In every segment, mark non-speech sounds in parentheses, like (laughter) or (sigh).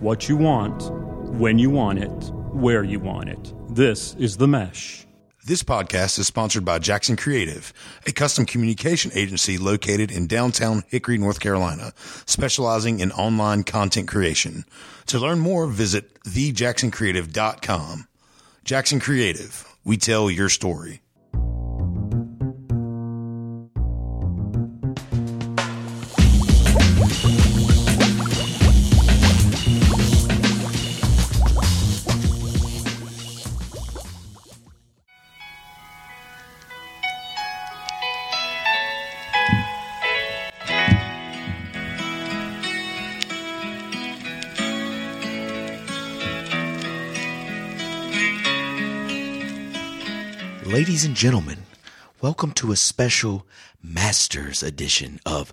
what you want, when you want it, where you want it. This is The Mesh. This podcast is sponsored by Jackson Creative, a custom communication agency located in downtown Hickory, North Carolina, specializing in online content creation. To learn more, visit thejacksoncreative.com. Jackson Creative, we tell your story. Ladies and gentlemen, welcome to a special Masters edition of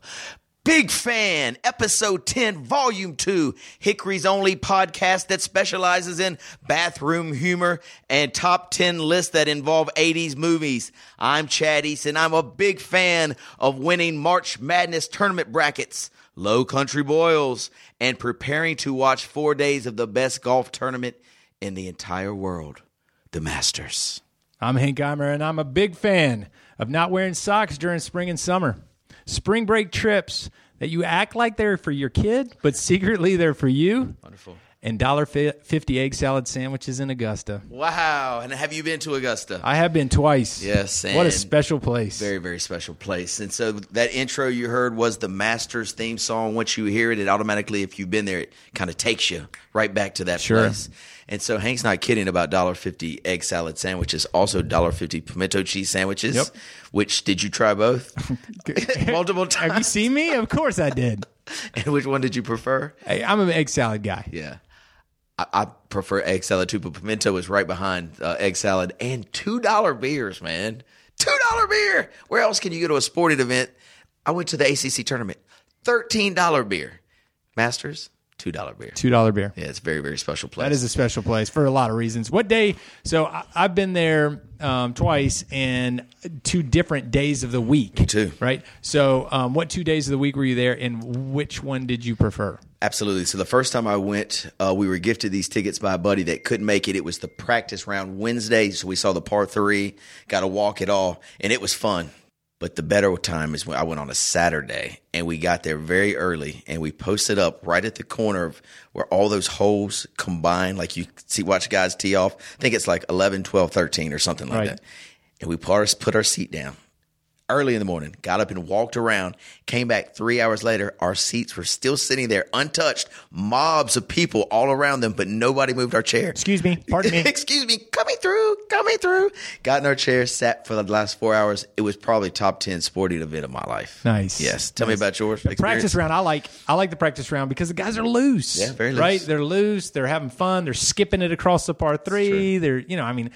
Big Fan, Episode 10, Volume 2, Hickory's only podcast that specializes in bathroom humor and top 10 lists that involve 80s movies. I'm Chad Easton. I'm a big fan of winning March Madness tournament brackets, low country boils, and preparing to watch four days of the best golf tournament in the entire world, the Masters. I'm Hank Geimer, and I'm a big fan of not wearing socks during spring and summer. Spring break trips that you act like they're for your kid, but secretly they're for you. Wonderful. And $1.50 egg salad sandwiches in Augusta. Wow. And have you been to Augusta? I have been twice. Yes, what a and- special place. Very, very special place. And so that intro you heard was the Masters theme song. Once you hear it, it automatically, if you've been there, it kind of takes you right back to that Sure. place. And so Hank's not kidding about $1.50 egg salad sandwiches, also $1.50 pimento cheese sandwiches, Yep. which did you try (laughs) both? (laughs) Multiple have you times. seen me? Of course I did. (laughs) And which one did you prefer? Hey, I'm an egg salad guy. Yeah. I, I prefer egg salad too, but pimento is right behind uh, egg salad and $2 beers, man. $2 beer. Where else can you go to a sporting event? I went to the ACC tournament. $13 beer. Masters, $2 beer. $2 beer. Yeah, it's a very, very special place. That is a special place for a lot of reasons. What day? So I, I've been there um, twice and two different days of the week. too. Right. So um, what two days of the week were you there, and which one did you prefer? Absolutely. So the first time I went, uh, we were gifted these tickets by a buddy that couldn't make it. It was the practice round Wednesday, so we saw the par three, got to walk it all, and it was fun. But the better time is when I went on a Saturday, and we got there very early, and we posted up right at the corner of where all those holes combine. Like you see, watch guys tee off. I think it's like 11, 12, 13 or something like Right. that. And we put our, put our seat down early in the morning, got up and walked around, came back three hours later. Our seats were still sitting there untouched, mobs of people all around them, but nobody moved our chair. Excuse me. Pardon me. (laughs) Excuse me, coming through, coming through. Got in our chair, sat for the last four hours. It was probably top 10 sporting event of my life. (laughs) Nice. Yes. Tell me Nice. about yours. The practice round. I like. I like the practice round because the guys are loose. Yeah, very loose. Right. They're loose. They're having fun. They're skipping it across the par three. They're you know. I mean,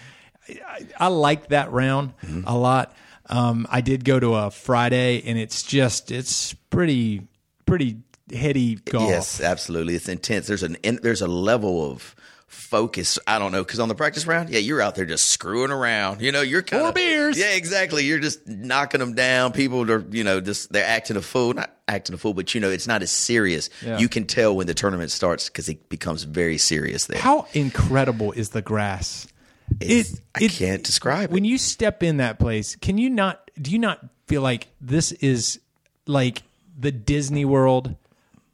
I, I like that round Mm-hmm. a lot. Um, I did go to a Friday, and it's just it's pretty pretty heady golf. Yes, absolutely. It's intense. There's an in, there's a level of focus. I don't know because on the practice round, yeah, you're out there just screwing around. You know, you're kind Four beers. Yeah, exactly. You're just knocking them down. People are you know just they're acting a fool, not acting a fool, but you know it's not as serious. Yeah. You can tell when the tournament starts because it becomes very serious there. How incredible is the grass? It's- I can't describe it. When you step in that place, can you not? Do you not feel like this is like the Disney World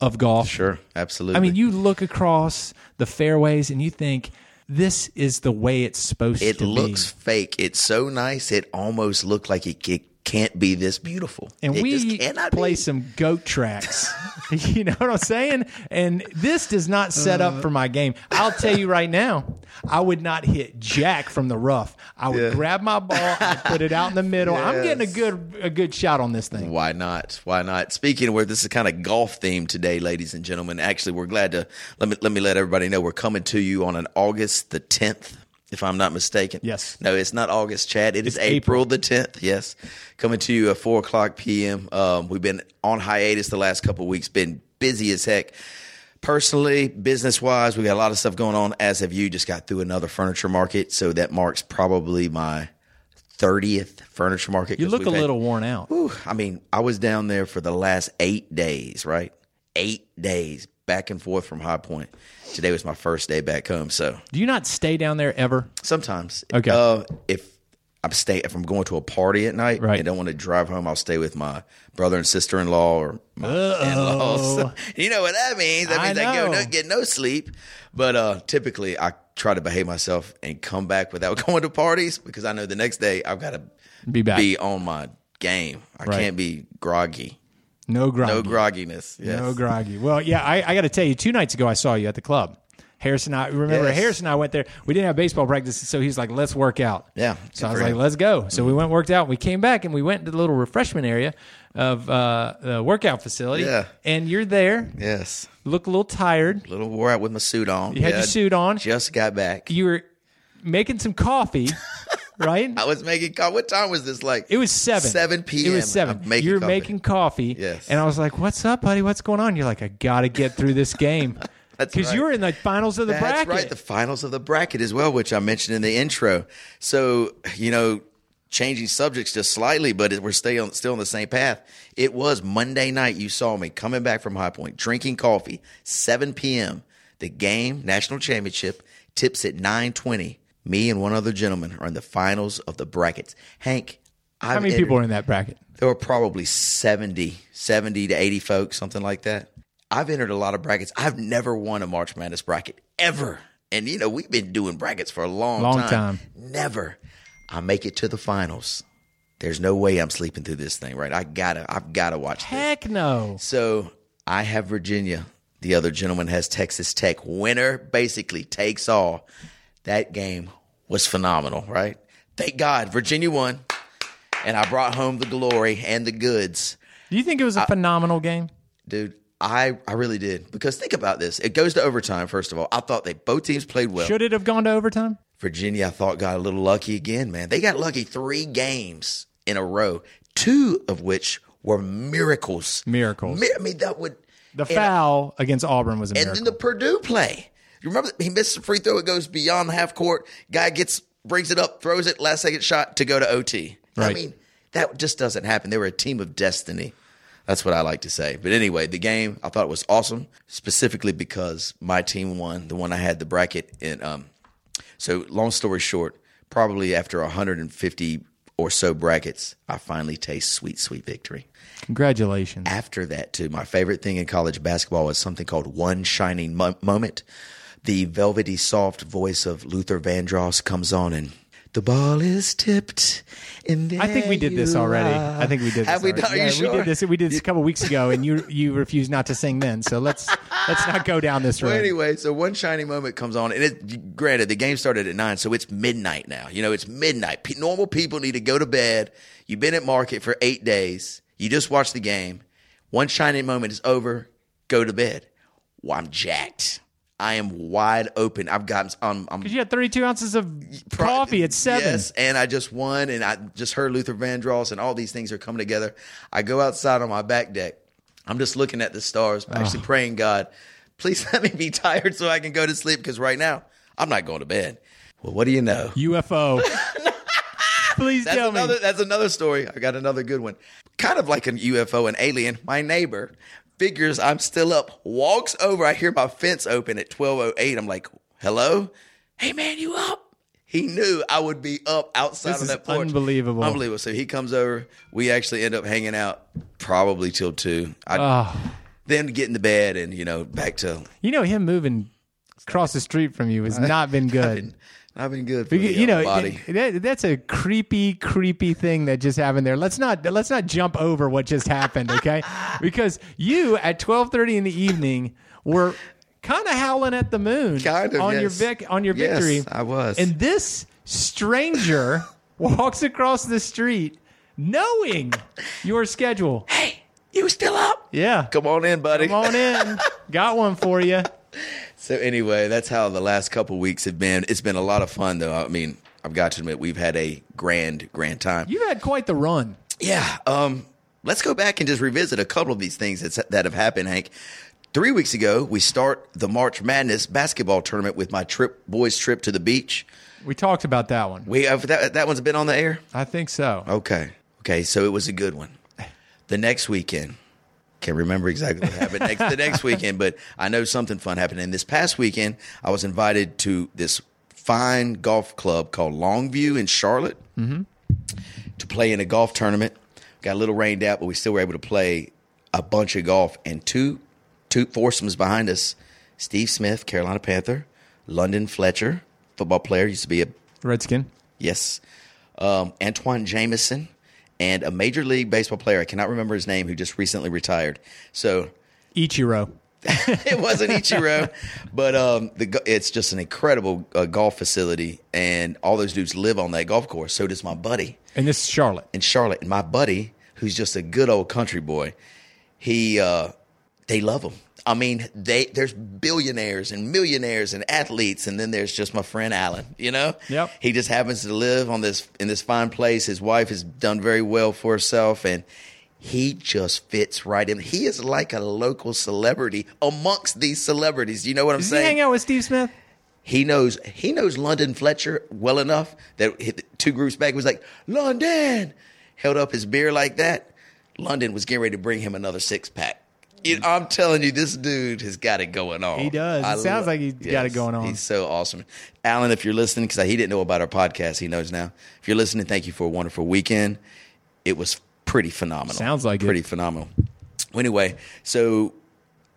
of golf? sure, absolutely. I mean, you look across the fairways and you think this is the way it's supposed it to looks fake. It's so nice. It almost looked like it, it can't be this beautiful. be. And it we just cannot play be. some (laughs) goat tracks. (laughs) you know what I'm saying? And this does not set up for my game. I'll tell you right now, I would not hit jack from the rough. I would grab my ball, I'd put it out in the middle. I'm getting a good a good shot on this thing. Why not? Why not? Speaking of where this is kind of golf themed today, ladies and gentlemen. Actually, we're glad to let me let me let everybody know we're coming to you on an August the tenth, if I'm not mistaken. Yes. No, it's not August, Chad. It is It's April. the tenth. Yes, coming to you at four o'clock p.m. Um, we've been on hiatus the last couple of weeks. Been busy as heck. Personally, business wise, we got a lot of stuff going on. As have you, just got through another furniture market, so that marks probably my thirtieth furniture market. You 'cause look a we've had- little worn out. Whew, I mean, I was down there for the last eight days, right? eight days back and forth from High Point. Today was my first day back home. So Do you not stay down there ever? sometimes, Okay. uh, if I'm stay if I'm going to a party at night Right. and don't want to drive home, I'll stay with my brother and sister in law or my in laws. (laughs) you know what that means? That I means I, go know. no, get no sleep. But uh, typically, I try to behave myself and come back without (laughs) going to parties because I know the next day I've got to Be back. be on my game. I Right. can't be groggy. no groggy. No grogginess. Yes. No groggy. Well, yeah, I, I got to tell you, two nights ago I saw you at the club. Harrison, and I remember Yes. Harrison and I went there. We didn't have baseball practice, so he's like, "Let's work out." Yeah, So I good was for like, him. "Let's go." So we went and worked out. We came back and we went to the little refreshment area of uh, the workout facility. Yeah. And you're there. Yes. Look a little tired. Little wore out with my suit on. You had Yeah, your suit on. Just got back. You were making some coffee, (laughs) right? I was making coffee. What time was this? Like It was seven. Seven p.m. It was seven. I'm making You're coffee. making coffee. Yes. And I was like, "What's up, buddy? What's going on?" You're like, "I gotta get through this game." (laughs) That's Because right. you were in the finals of the That's bracket. right. The finals of the bracket as well, which I mentioned in the intro. So you know, changing subjects just slightly, but it- we're still on, still on the same path. It was Monday night. You saw me coming back from High Point, drinking coffee, seven p.m. The game, national championship, tips at nine twenty. Me and one other gentleman are in the finals of the brackets. Hank, I've How many entered- people are in that bracket? there were probably 70, 70 to 80 folks, something like that. I've entered a lot of brackets. I've never won a March Madness bracket ever. And, you know, we've been doing brackets for a long, Long time. time. Never. I make it to the finals. There's no way I'm sleeping through this thing, right? I gotta, I've gotta watch this. Heck no. So I have Virginia. The other gentleman has Texas Tech. Winner basically takes all. That game was phenomenal, right? Thank God Virginia won, and I brought home the glory and the goods, Do you think it was a phenomenal game? dude. I, I really did because think about this. It goes to overtime. First of all, I thought they both teams played well. Should it have gone to overtime? Virginia, I thought, got a little lucky again, man. They got lucky three games in a row, two of which were miracles. Miracles. Mi- I mean, that would The and I- foul against Auburn was a and miracle. then the Purdue play. You remember he missed the free throw. It goes beyond the half court. Guy gets brings it up, throws it, last second shot to go to OT. I Right. mean, that just doesn't happen. They were a team of destiny. That's what I like to say. But anyway, the game I thought was awesome, specifically because my team won. The one I had the bracket in. Um, so long story short, probably after 150 or so brackets, I finally taste sweet, sweet victory Congratulations. after that too. My favorite thing in college basketball was something called one shining mo- moment. The velvety soft voice of Luther Vandross comes on and the ball is tipped. And I think we did this there you already. are." I think we did. This Have we already. done? Are Yeah, you sure? We did this. We did this a couple weeks ago, and you you refused not to sing then. So let's let's not go down this road. Well, anyway, so one shining moment comes on, and it granted the game started at nine, so it's midnight now. You know, it's midnight. Pe normal people need to go to bed. You've been at market for eight days. You just watched the game. One shining moment is over. Go to bed. Well, I'm jacked. I am wide open. I've got. I'm. I'm You had 32 ounces of Pro- coffee at seven. Yes, and I just won, and I just heard Luther Vandross, and all these things are coming together. I go outside on my back deck. I'm just looking at the stars, actually praying God, please (laughs) let me be tired so I can go to sleep because right now I'm not going to bed. Well, what do you know? (laughs) UFO. Please That's tell another. me. That's another story. I got another good one. Kind of like an UFO, an alien. My neighbor figures I'm still up, walks over. I hear my fence open at 12:08. I'm like, "Hello, hey man, you up?" He knew I would be up outside This on is that porch. unbelievable. unbelievable. So he comes over. We actually end up hanging out probably till two. I Oh. then get in the bed and you know back to. You know him moving across the street from you has not (laughs) been good. I've been good. For You, the, you uh, know body. that, that's a creepy, creepy thing that just happened there. Let's not let's not jump over what just happened, (laughs) okay? because you at twelve thirty in the evening were kind of howling at the moon, Kind of, on your yes. vic on your Yes, victory. I was. and this (laughs) stranger walks across the street, knowing your schedule. hey, you still up? Yeah, Come on in, buddy. come on in. Got one for you. So anyway, that's how the last couple weeks have been. It's been a lot of fun, though. I mean, I've got to admit, we've had a grand, grand time. You've had quite the run. yeah. Um, let's go back and just revisit a couple of these things that's, that have happened, Hank. Three weeks ago, we start the March Madness basketball tournament with my trip, boys' trip to the beach. We talked about that one. We have that, that one's been on the air. I think so. Okay. Okay. So it was a good one. The next weekend, Can't remember exactly what happened next the next weekend, but I know something fun happened. And this past weekend, I was invited to this fine golf club called Longview in Charlotte to play in a golf tournament. Got a little rained out, but we still were able to play a bunch of golf. And two, two foursomes behind us: Steve Smith, Carolina Panther, London Fletcher, football player, used to be a Redskin. Yes. Um, Antoine Jameson and a major league baseball player. I cannot remember his name who just recently retired. So (laughs) Ichiro. it wasn't Ichiro, but um, the go- it's just an incredible uh, golf facility, and all those dudes live on that golf course. So does my buddy And this is Charlotte. in Charlotte, and my buddy who's just a good old country boy. He, uh, they love him. I mean, they there's billionaires and millionaires and athletes, and then there's just my friend Alan. You know, Yep. He just happens to live on this in this fine place. His wife has done very well for herself, and he just fits right in. He is like a local celebrity amongst these celebrities. You know what I'm Does he saying? hang out with Steve Smith? he knows he knows London Fletcher well enough that he- two groups back he was like London held up his beer like that. London was getting ready to bring him another six pack. You- I'm telling you, this dude has got it going on. He does. It sounds like he's he's got it going on. He's so awesome, Alan. If you're listening, because he didn't know about our podcast, he knows now. If you're listening, thank you for a wonderful weekend. It was pretty phenomenal. Sounds like it. pretty phenomenal. Well, anyway, so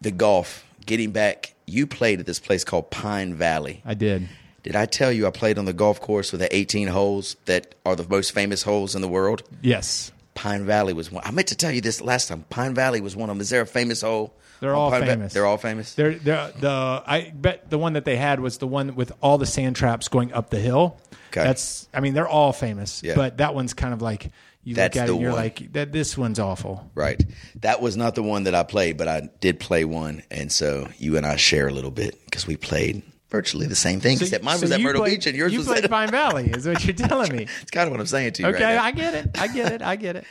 the golf, getting back, you played at this place called Pine Valley. I did. Did I tell you I played on the golf course with the 18 holes that are the most famous holes in the world? Yes. Pine Valley was one. I meant to tell you this last time. Pine Valley was one of them. Is there a famous hole? They're on all Pine Va- famous. They're all famous. They're, they're, the I bet the one that they had was the one with all the sand traps going up the hill. 'Kay. That's I mean they're all famous, Yeah. but that one's kind of like you That's look at it the and you're one. like that this one's awful. right. That was not the one that I played, but I did play one. And so you and I share a little bit because we played virtually the same thing, except mine was so at you Myrtle played- Beach and yours you was played at. Pine Valley is what you're telling me. (laughs) It's kind of what I'm saying to you (laughs) Okay, right now. I get it. I get it. I get it.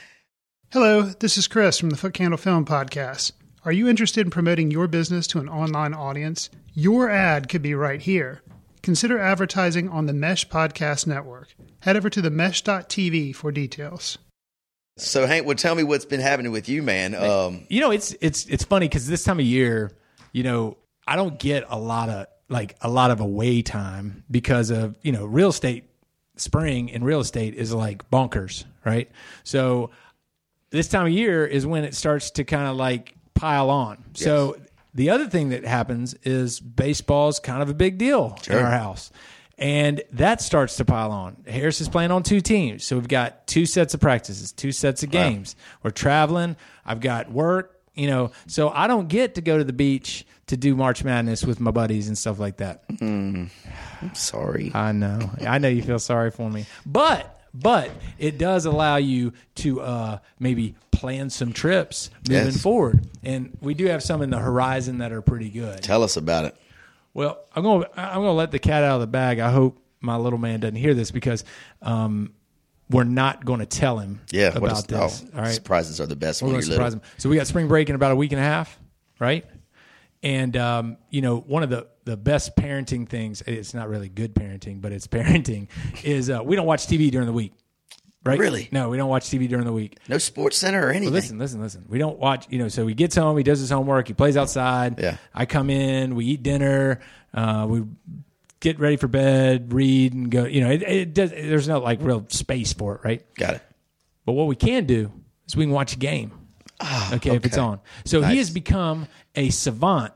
Hello, this is Chris from the Foot Candle Film Podcast. Are you interested in promoting your business to an online audience? Your ad could be right here. Consider advertising on the Mesh Podcast Network. Head over to the mesh.tv for details. so, Hank, well, tell me what's been happening with you, man. Um, you know it's it's it's funny because this time of year you know i don't get a lot of like a lot of away time because of you know real estate spring in real estate is like bonkers right so this time of year is when it starts to kind of like pile on so the other thing that happens is baseball's kind of a big deal in our house and that starts to pile on. Harris is playing on two teams. So we've got two sets of practices, two sets of games. We're traveling. I've got work, you know. So I don't get to go to the beach to do March Madness with my buddies and stuff like that. sorry. I know. I know you feel sorry for me. But but it does allow you to uh, maybe plan some trips moving Yes. forward. And we do have some in the horizon that are pretty good. tell us about it. Well, I'm gonna I'm gonna let the cat out of the bag. I hope my little man doesn't hear this because um, we're not going to tell him Yeah. about what is, this. oh, all right, Surprises are the best we're when going you're to little. surprise him. So we got spring break in about a week and a half, right? And um, you know, one of the the best parenting things. It's not really good parenting, but it's (laughs) parenting. Is uh, we don't watch TV during the week, right? Really? No, we don't watch TV during the week. No sports center or anything. Listen, listen, listen. We don't watch, you know, so he gets home, he does his homework, he plays outside. Yeah. I come in, we eat dinner, uh, we get ready for bed, read and go, you know, it, it does, there's no like real space for it, right? Got it. But what we can do is we can watch a game. Ah, okay, if it's on. So he has become a savant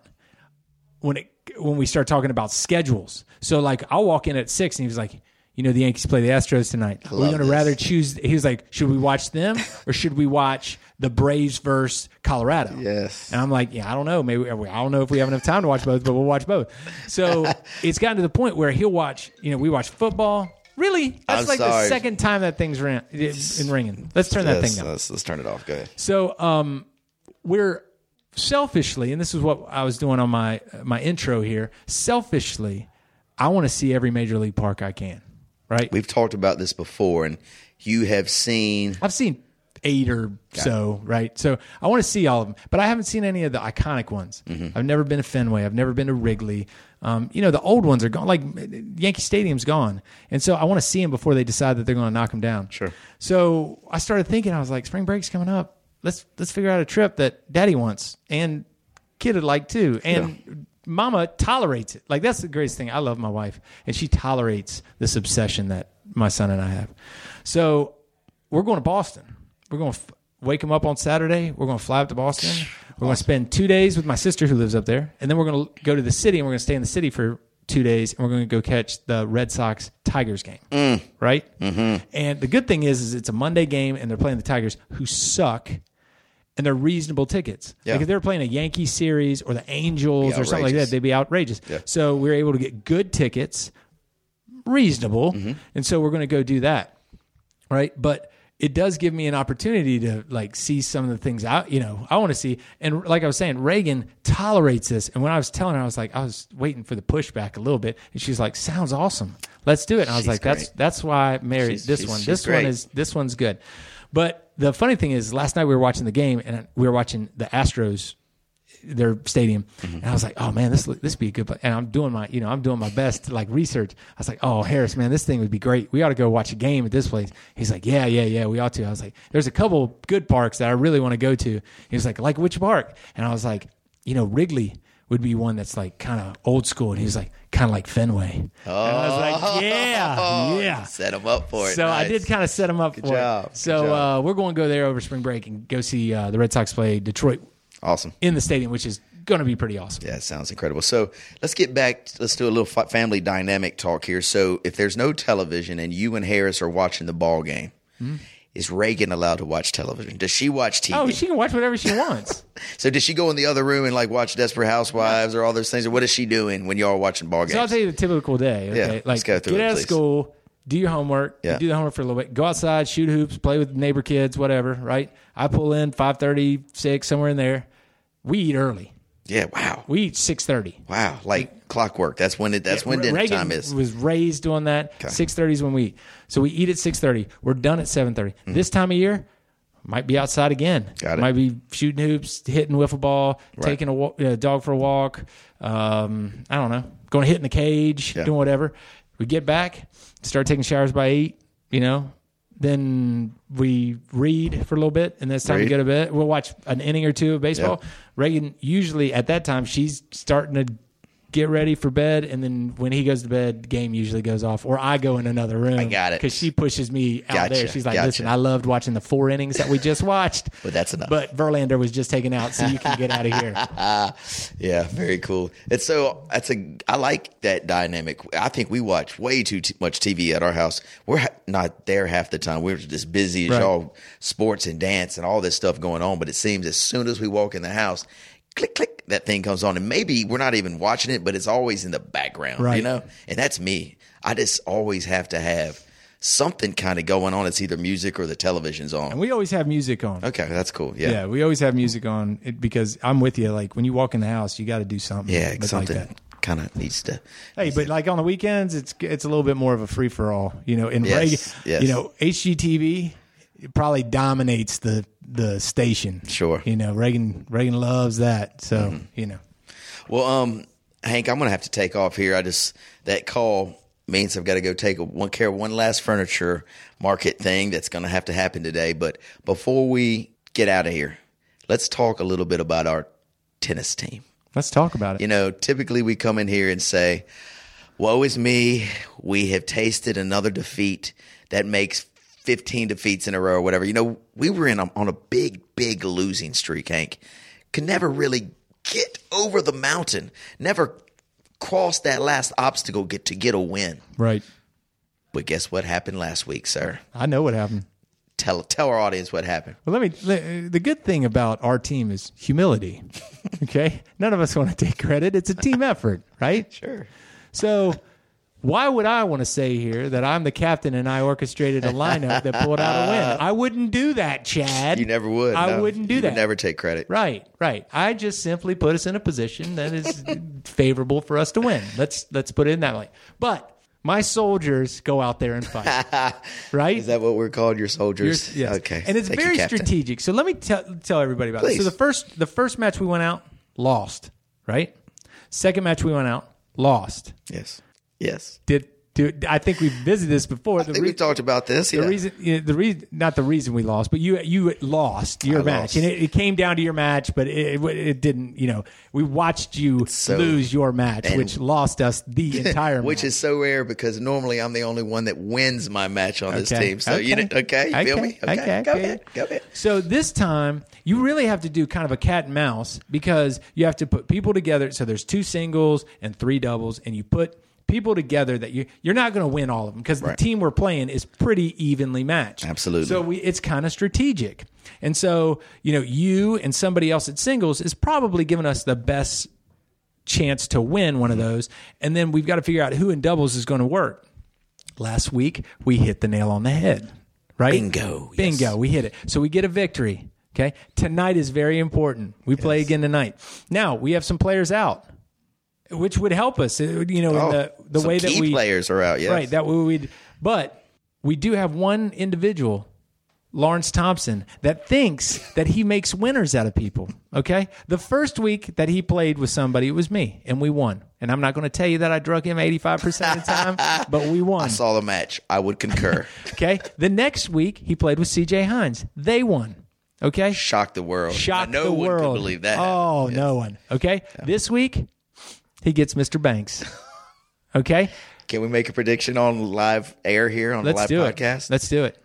when it when we start talking about schedules. So like I'll walk in at six and he was like, you know, the Yankees play the Astros tonight. We're love gonna this. rather choose he was like, should we (laughs) watch them or should we watch the Braves versus Colorado? Yes. And I'm like, yeah, I don't know. Maybe I don't know if we have enough time to watch both, but we'll watch both. (laughs) So it's gotten to the point where he'll watch, you know, we watch football. Really? That's I'm like the sorry. second second time that thing's ran, it- in ringing. Let's turn that Yes, thing up. let's, let's turn it off. Go ahead. So, um, we're selfishly, and this is what I was doing on my my intro here. Selfishly, I want to see every major league park I can. Right? We've talked about this before, and you have seen. I've seen eight or so. Right? So I want to see all of them, but I haven't seen any of the iconic ones. I've never been to Fenway. I've never been to Wrigley. Um, you know, the old ones are gone. Like Yankee Stadium's gone, and so I want to see them before they decide that they're going to knock them down. Sure. So I started thinking, I was like, spring break's coming up. let's let's figure out a trip that daddy wants and kid would like too and mama tolerates it like that's the greatest thing i love my wife and she tolerates this obsession that my son and i have so we're going to boston we're going to f- wake him up on saturday we're going to fly up to boston we're going to spend two days with my sister who lives up there and then we're going to go to the city and we're going to stay in the city for two days and we're going to go catch the red sox tigers game right mm-hmm. and the good thing is, is it's a monday game and they're playing the tigers who suck and they're reasonable tickets. Yeah. Like if they were playing a Yankee series or the Angels or something like outrageous. that, they'd be outrageous. So we were able to get good tickets, reasonable, and so we're going to go do that, right? But it does give me an opportunity to like see some of the things out, you know, I want to see. And like I was saying, Reagan tolerates this. And when I was telling her, I was like, I was waiting for the pushback a little bit, and she's like, "Sounds awesome, let's do it." And I was She's like, "That's great. that's why I married She's- this she's- one. she's This great. one is this one's good. But the funny thing is, last night we were watching the game and we were watching the Astros, their stadium, Mm-hmm. and I was like, oh man, this this would be a good. pla-" And I'm doing my, you know, I'm doing my best to like research. I was like, oh Harris, man, this thing would be great. We ought to go watch a game at this place. He's like, yeah, yeah, yeah, we ought to. I was like, there's a couple good parks that I really want to go to. He was like, like which park? And I was like, you know, Wrigley. Would be one that's like kind of old school, and he was like kind of like Fenway. Oh, and I was (laughs) like, yeah, yeah. Oh, Set him up for it. So I Nice. did kind of set him up for job. it. Good So job. Uh, we're going to go there over spring break and go see uh, the Red Sox play Detroit Awesome. in the stadium, which is going to be pretty awesome. Yeah, it sounds incredible. So let's get back. Let's do a little fa- family dynamic talk here. So if there's no television and you and Harris are watching the ball game, is Reagan allowed to watch television? Does she watch TV? Hmm? Oh, she can watch whatever she (laughs) wants. so does she go in the other room and like watch Desperate Housewives or all those things? Or what is she doing when y'all are watching ball games? so I'll tell you the typical day. Okay? Yeah, let's like go through get it, out please. of school, do your homework, Yeah. do the homework for a little bit, go outside, shoot hoops, play with neighbor kids, whatever. Right? I pull in five thirty, six somewhere in there. We eat early. yeah, wow, We eat six thirty. wow, like clockwork. That's when it. That's when dinner Reagan time is. was raised on that. Six thirty is when we eat. So we eat at six thirty. We're done at seven This time of year, might be outside again. Mm-hmm. Got it. Might be shooting hoops, hitting wiffle ball, taking a wa- uh, dog for a walk. Um, I don't know, going to hit in the cage, doing whatever. We get back, start taking showers by eight. You know. Then we read for a little bit, and then it's time Read. to go to bed. We'll watch an inning or two of baseball. Reagan usually at that time she's starting to get ready for bed, and then when he goes to bed, the game usually goes off, or I go in another room. I got it. because she pushes me out Gotcha, there. She's like, gotcha. "Listen, I loved watching the four innings that we just watched, (laughs) But that's enough. But Verlander was just taken out, so you can get out of (laughs) here." Yeah, very cool. And so that's a I like that dynamic. I think we watch way too t- much TV at our house. We're ha- not there half the time. We're just busy as Right. y'all, sports and dance and all this stuff going on. But it seems as soon as we walk in the house, click click, that thing comes on, and maybe we're not even watching it, but it's always in the background, you Right. know. And that's me. I just always have to have something kind of going on. It's either music or the television's on. And we always have music on. okay, that's cool. Yeah. Yeah, we always have music on it because I'm with you. Like when you walk in the house, you got to do something. Yeah, but something Like that. kind of needs to. Hey, but like on the weekends, it's it's a little bit more of a free for all, you know. In Yes, Reagan, yes. you know, HGTV it probably dominates the the station. Sure. Mm-hmm. you know, Reagan Reagan loves that. So you know, Well, um, Hank, I'm gonna have to take off here. I just that call means I've got to go take a, one care of one last furniture market thing that's gonna have to happen today. But before we get out of here, let's talk a little bit about our tennis team. let's talk about it. You know, typically we come in here and say, Woe is me. We have tasted another defeat that makes 15 defeats in a row or whatever. You know, we were in a, on a big, big losing streak, Hank. Could never really get over the mountain, never cross that last obstacle get to get a win. right? But guess what happened last week, sir? I know what happened. Tell tell our audience what happened. Well, let me. le- The good thing about our team is humility. (laughs) Okay, none of us want to take credit. It's a team effort, right? Sure. So why would I want to say here that I'm the captain and I orchestrated a lineup that pulled out (laughs) a win? I wouldn't do that, Chad. You never would. I no. wouldn't do You would that. never take credit. Right, right. I just simply put us in a position that is favorable for us to win. Let's let's put it in that way. But my soldiers go out there (laughs) and fight. right? Is that what we're called, your soldiers? Yes. Okay. And it's Thank you, very Captain. strategic. So let me tell tell everybody about Please. it. So the first the first match we went out lost, right? Second match we went out lost. Yes. Yes. Did Dude, I think we've visited this before. I think we talked about this. The yeah. reason, you know, the reason, not the reason we lost, but you you lost your match, lost. and it, it came down to your match, but it, it, it didn't. You know, we watched you so- lose your match, which lost us the (laughs) entire. which match. is so rare because normally I'm the only one that wins my match on this team. So you know, okay, you feel me? Okay, go okay. ahead, go ahead. So this time you really have to do kind of a cat and mouse because you have to put people together. So there's two singles and three doubles, and you put people together that you you're not going to win all of them because the team we're playing is pretty evenly matched. Absolutely. So we it's kind of strategic, and so you know you and somebody else at singles is probably giving us the best chance to win one of Hmm. those, and then we've got to figure out who in doubles is going to work last week we hit the nail on the head right Bingo, yes. bingo we hit it so we get a victory okay tonight is very important we play again tonight now we have some players out which would help us It would, you know in the, the Oh, Some way key that we players are out. Yes. right that we would but we do have one individual Lawrence Thompson that thinks that he makes winners out of people. Okay. The first week that he played with somebody, it was me and we won. And I'm not going to tell you that I drug him 85% of the (laughs) time, but we won. I saw the match. I would (laughs) concur. Okay. The next week, he played with CJ Hines. They won. Okay. Shocked the world. Shocked no the one world. could believe that. Oh, no one. Okay. This week, he gets (laughs) Mr. Banks. Okay. Can we make a prediction on live air here on Let's the live do podcast? it. Let's do it.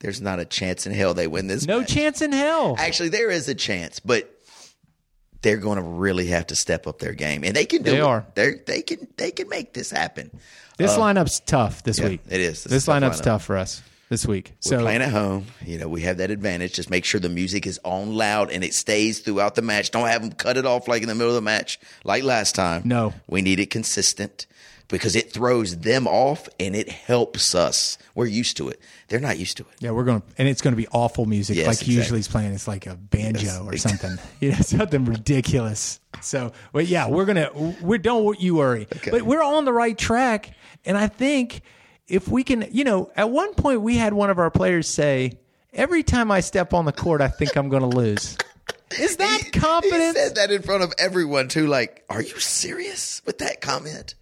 There's not a chance in hell they win this. No match. chance in hell. Actually, there is a chance, but they're going to really have to step up their game, and they can do They it. are. They're, they can. They can make this happen. This lineup's tough this week. Uh, it is. It's a This tough lineup's lineup. tough for us this week. We're so playing at home. You know, we have that advantage. Just make sure the music is on loud and it stays throughout the match. Don't have them cut it off like in the middle of the match, like last time. No. We need it consistent because it throws them off and it helps us. We're used to it. They're not used to it. Yeah, we're going to, and it's going to be awful music. Yes, like exactly. usually it's playing, it's like a banjo or something, (laughs) you know, something ridiculous. So, but yeah, we're going to, we don't you worry, but we're on the right track. And I think if we can, you know, at one point we had one of our players say, every time I step on the court, I think I'm going to lose. Is that (laughs) confidence? He said that in front of everyone too. Like, are you serious with that comment?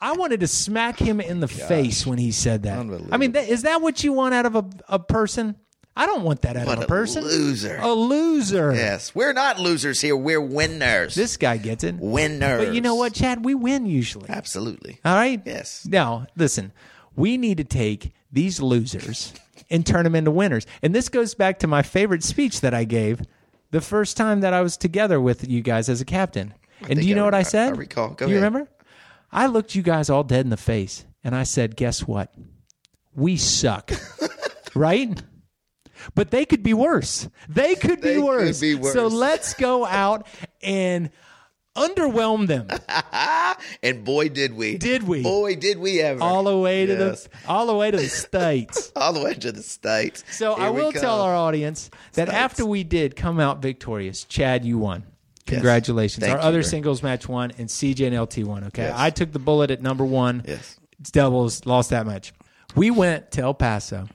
I wanted to smack him in the face when he said that. I mean, that, is that what you want out of a, a person? I don't want that out What of a a person. Oh. loser. A loser. Yes, we're not losers here. We're winners. This guy gets it. winners. But you know what, Chad? We win usually. Absolutely. All right? Yes. Now, listen, we need to take these losers and turn them into winners. And this goes back to my favorite speech that I gave the first time that I was together with you guys as a captain. and do think you know I- what I- I I said? recall. Go do you ahead. remember? I looked you guys all dead in the face and I said, guess what? (laughs) We suck. right? But they could be worse. They could They be could worse. be So worse. let's go out and underwhelm them. (laughs) And boy, did we! Did we. Boy, did we ever! all the way to Yes. the all the way to (laughs) the states. all the way to the states. So I Here we will come. tell our audience that after we did come out victorious, Chad, you won. Congratulations. Thank our you other very- singles match won and CJ and LT won. Okay. I took the bullet at number one. Yes. It's doubles, lost that match. We went to El Paso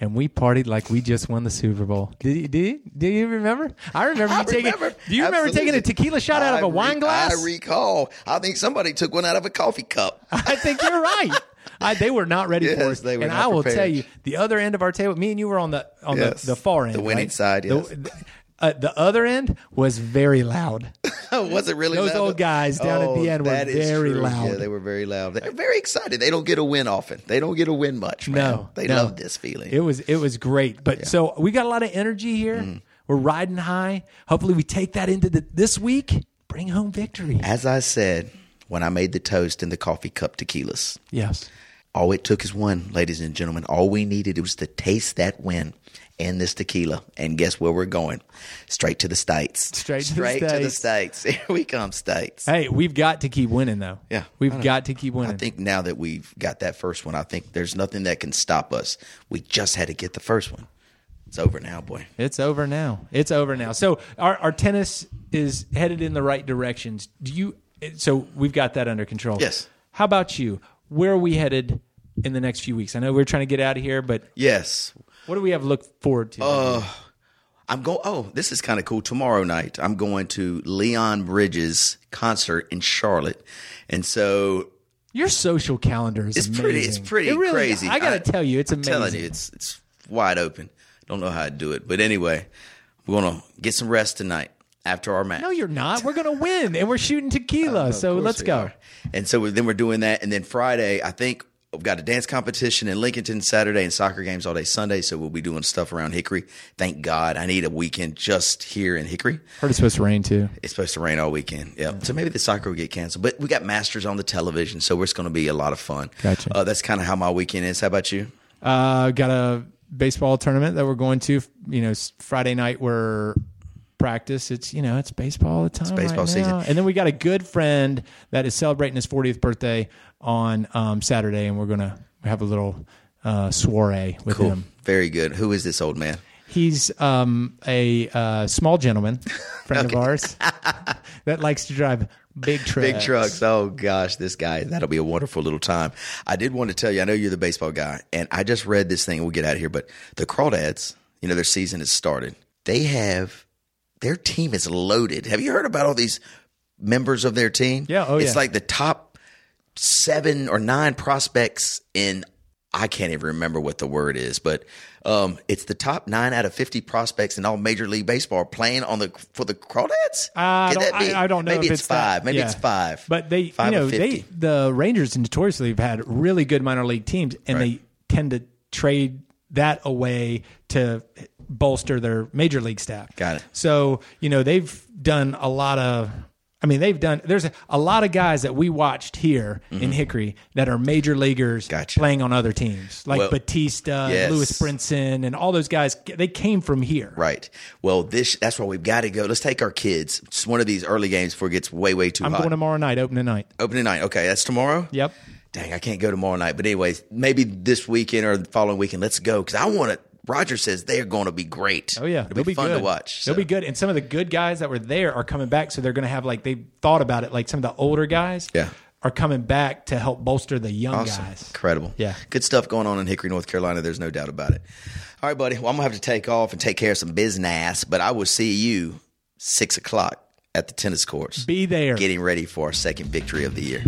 and we partied like we just won the Super Bowl. Did you, did you, do you remember? I remember you I taking remember. Do you remember taking a Absolutely. tequila shot out of I a wine re- glass? I recall. I think somebody took one out of a coffee cup. (laughs) I think you're right. I, they were not ready Yes, for us. they were and not I will prepared. tell you, the other end of our table, me and you were on the on Yes. the, the far The end, winning right? side, The- yes. The, uh, the other end was (laughs) very loud. was it really Those loud? Oh, old guys down at the end were that is very true. loud. Yeah, they were very loud. They're very excited. They don't get a win often. They don't get a win much. Man. No, they no. love this feeling. It was it was great. But so we got a lot of energy here. Mm. We're riding high. Hopefully, we take that into the, this week. Bring home victory. As I said when I made the toast in the coffee cup tequilas, Yes. all it took is one, ladies and gentlemen. All we needed was to taste that win and this tequila. And guess where we're going? Straight to the states. Straight to the to the states. (laughs) Here we come, states. Hey, we've got to keep winning though. Yeah, I we've know. got to keep winning. I think now that we've got that first one, I think there's nothing that can stop us. We just had to get the first one. It's over now, boy. It's over now. It's over now. So our, our tennis is headed in the right directions. Do you? So we've got that under control. Yes. How about you? Where are we headed in the next few weeks? I know we're trying to get out of here, but Yes. what do we have to look forward to? Uh, I'm going. Oh, this is kind of cool. Tomorrow night, I'm going to Leon Bridges' concert in Charlotte, and so Your social calendar is It's amazing. pretty- it's pretty It really- crazy. I gotta I- tell you, it's I'm amazing. telling you, it's it's wide open. Don't know how I do it, but anyway, we're gonna get some rest tonight after our match. No, you're not. We're gonna win, and we're shooting tequila. (laughs) so Of course let's we go. are. And so we- then we're doing that, and then Friday, I think we've got a dance competition in Lincolnton Saturday and soccer games all day Sunday. So we'll be doing stuff around Hickory. Thank God, I need a weekend just here in Hickory. Heard it's supposed to rain too. It's supposed to rain all weekend. Yep. Mm-hmm. So maybe the soccer will get canceled, but we got Masters on the television, so it's going to be a lot of fun. Gotcha. Uh, that's kind of how my weekend is. How about you? Uh, got a baseball tournament that we're going to. You know, s- Friday night we're practice. It's you know, it's baseball all the time. baseball right season. now. And then we got a good friend that is celebrating his 40th birthday on um, Saturday, and we're gonna have a little uh, soiree with him. Very good. Who is this old man? He's um, a uh, small gentleman, friend of ours, that likes to drive big trucks. Big trucks. Oh gosh, this guy. That'll be a wonderful little time. I did want to tell you. I know you're the baseball guy, and I just read this thing. and We'll get out of here, but the Crawdads. You know their season has started. They have their team is loaded. Have you heard about all these members of their team? Yeah, oh, it's yeah. like the top seven or nine prospects in. I can't even remember what the word is, but um, it's the top nine out of fifty prospects in all Major League Baseball playing on the for the Crawdads. Uh, I Could don't, that be- I, I don't know. Maybe if it's, it's that- five. Maybe yeah. it's five. But they, five you know, or they 50. the Rangers notoriously have had really good minor league teams, and they tend to trade that away to bolster their major league staff. Got it. So you know they've done a lot of. I mean, they've done. There's a, a lot of guys that we watched here in Hickory that are major leaguers Mm-hmm. Gotcha. playing on other teams, like Well, Batista, yes. Lewis Brinson, and all those guys. They came from here. right. Well, this that's why we've got to go. Let's take our kids. It's one of these early games before it gets way, way too I'm hot. going tomorrow night, opening night. Opening night. Okay, that's tomorrow. Yep. Dang, I can't go tomorrow night. But anyways, maybe this weekend or the following weekend. Let's go because I want to. Roger says they're going to be great. Oh yeah, it'll they'll be, fun good. to watch. They'll so. be good, and some of the good guys that were there are coming back, so they're going to have like they thought about it. Like some of the older guys, Yeah. are coming back to help bolster the young guys. Incredible. Yeah. Good stuff going on in Hickory, North Carolina. There's no doubt about it. All right, buddy. Well, I'm going to have to take off and take care of some business, but I will see you six o'clock at the tennis courts. Be there. Getting ready for our second victory of the year.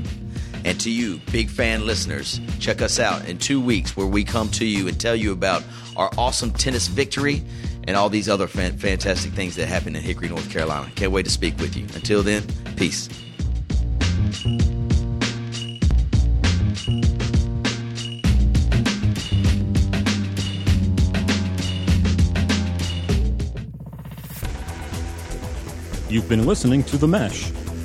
And to you, big fan listeners, check us out in two weeks where we come to you and tell you about our awesome tennis victory and all these other fan- fantastic things that happened in Hickory, North Carolina. Can't wait to speak with you. Until then, peace. You've been listening to The Mesh,